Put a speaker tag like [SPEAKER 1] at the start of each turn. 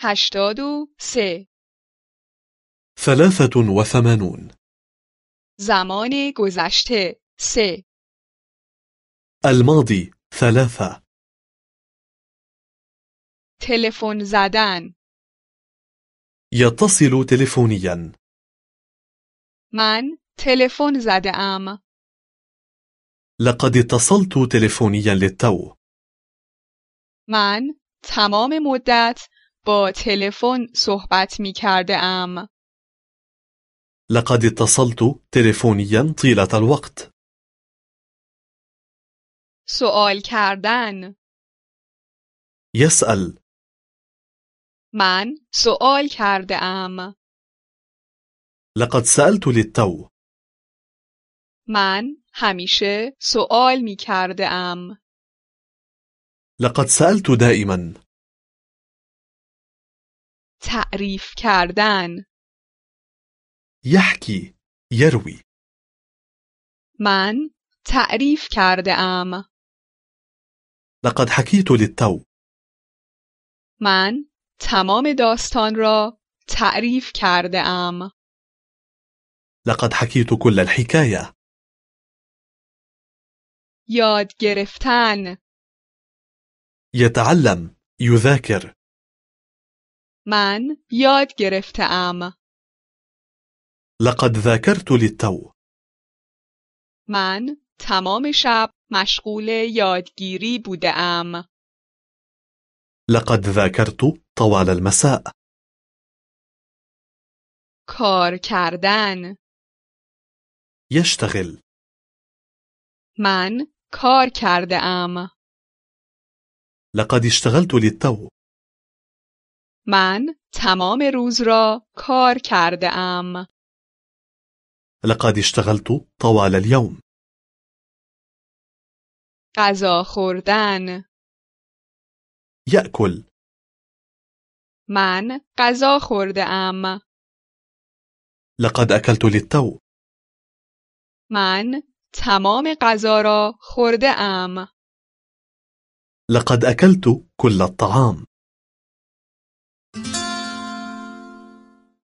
[SPEAKER 1] هشتاد و سه
[SPEAKER 2] ثلاثة وثمانون
[SPEAKER 1] زمان گذشته سه
[SPEAKER 2] الماضي ثلاثة
[SPEAKER 1] تلفن زدن
[SPEAKER 2] يتصل تلفونيا
[SPEAKER 1] من تلفن زده ام
[SPEAKER 2] لقد اتصلت تلفونيا للتو
[SPEAKER 1] من تمام مدت با تلفن صحبت می کرده ام
[SPEAKER 2] لقد اتصلت تلفونيا طيلة الوقت
[SPEAKER 1] سوال کردن
[SPEAKER 2] يسأل
[SPEAKER 1] من سوال کرده ام
[SPEAKER 2] لقد سألت للتو
[SPEAKER 1] من همیشه سوال می کرده ام
[SPEAKER 2] لقد سألت دائما
[SPEAKER 1] تعریف کردن
[SPEAKER 2] يحكي يروي
[SPEAKER 1] من تعریف کرده ام
[SPEAKER 2] لقد حكيت للتو
[SPEAKER 1] من تمام داستان را تعریف کرده ام
[SPEAKER 2] لقد حكيت كل الحكاية
[SPEAKER 1] یاد گرفتن
[SPEAKER 2] يتعلم يذاكر
[SPEAKER 1] من یاد گرفته ام
[SPEAKER 2] لقد ذاكرت للتو
[SPEAKER 1] من تمام شب مشغول یادگیری بوده ام
[SPEAKER 2] لقد ذاكرت طوال المساء
[SPEAKER 1] کار کردن
[SPEAKER 2] يشتغل
[SPEAKER 1] من کار کرده ام
[SPEAKER 2] لقد اشتغلت للتو
[SPEAKER 1] من تمام روز را کار کرده ام
[SPEAKER 2] لقد اشتغلت طوال اليوم
[SPEAKER 1] غذا خوردن
[SPEAKER 2] يأكل
[SPEAKER 1] من غذا خورده ام
[SPEAKER 2] لقد أكلت للتو
[SPEAKER 1] من تمام غذا را خورده ام
[SPEAKER 2] لقد أكلت كل الطعام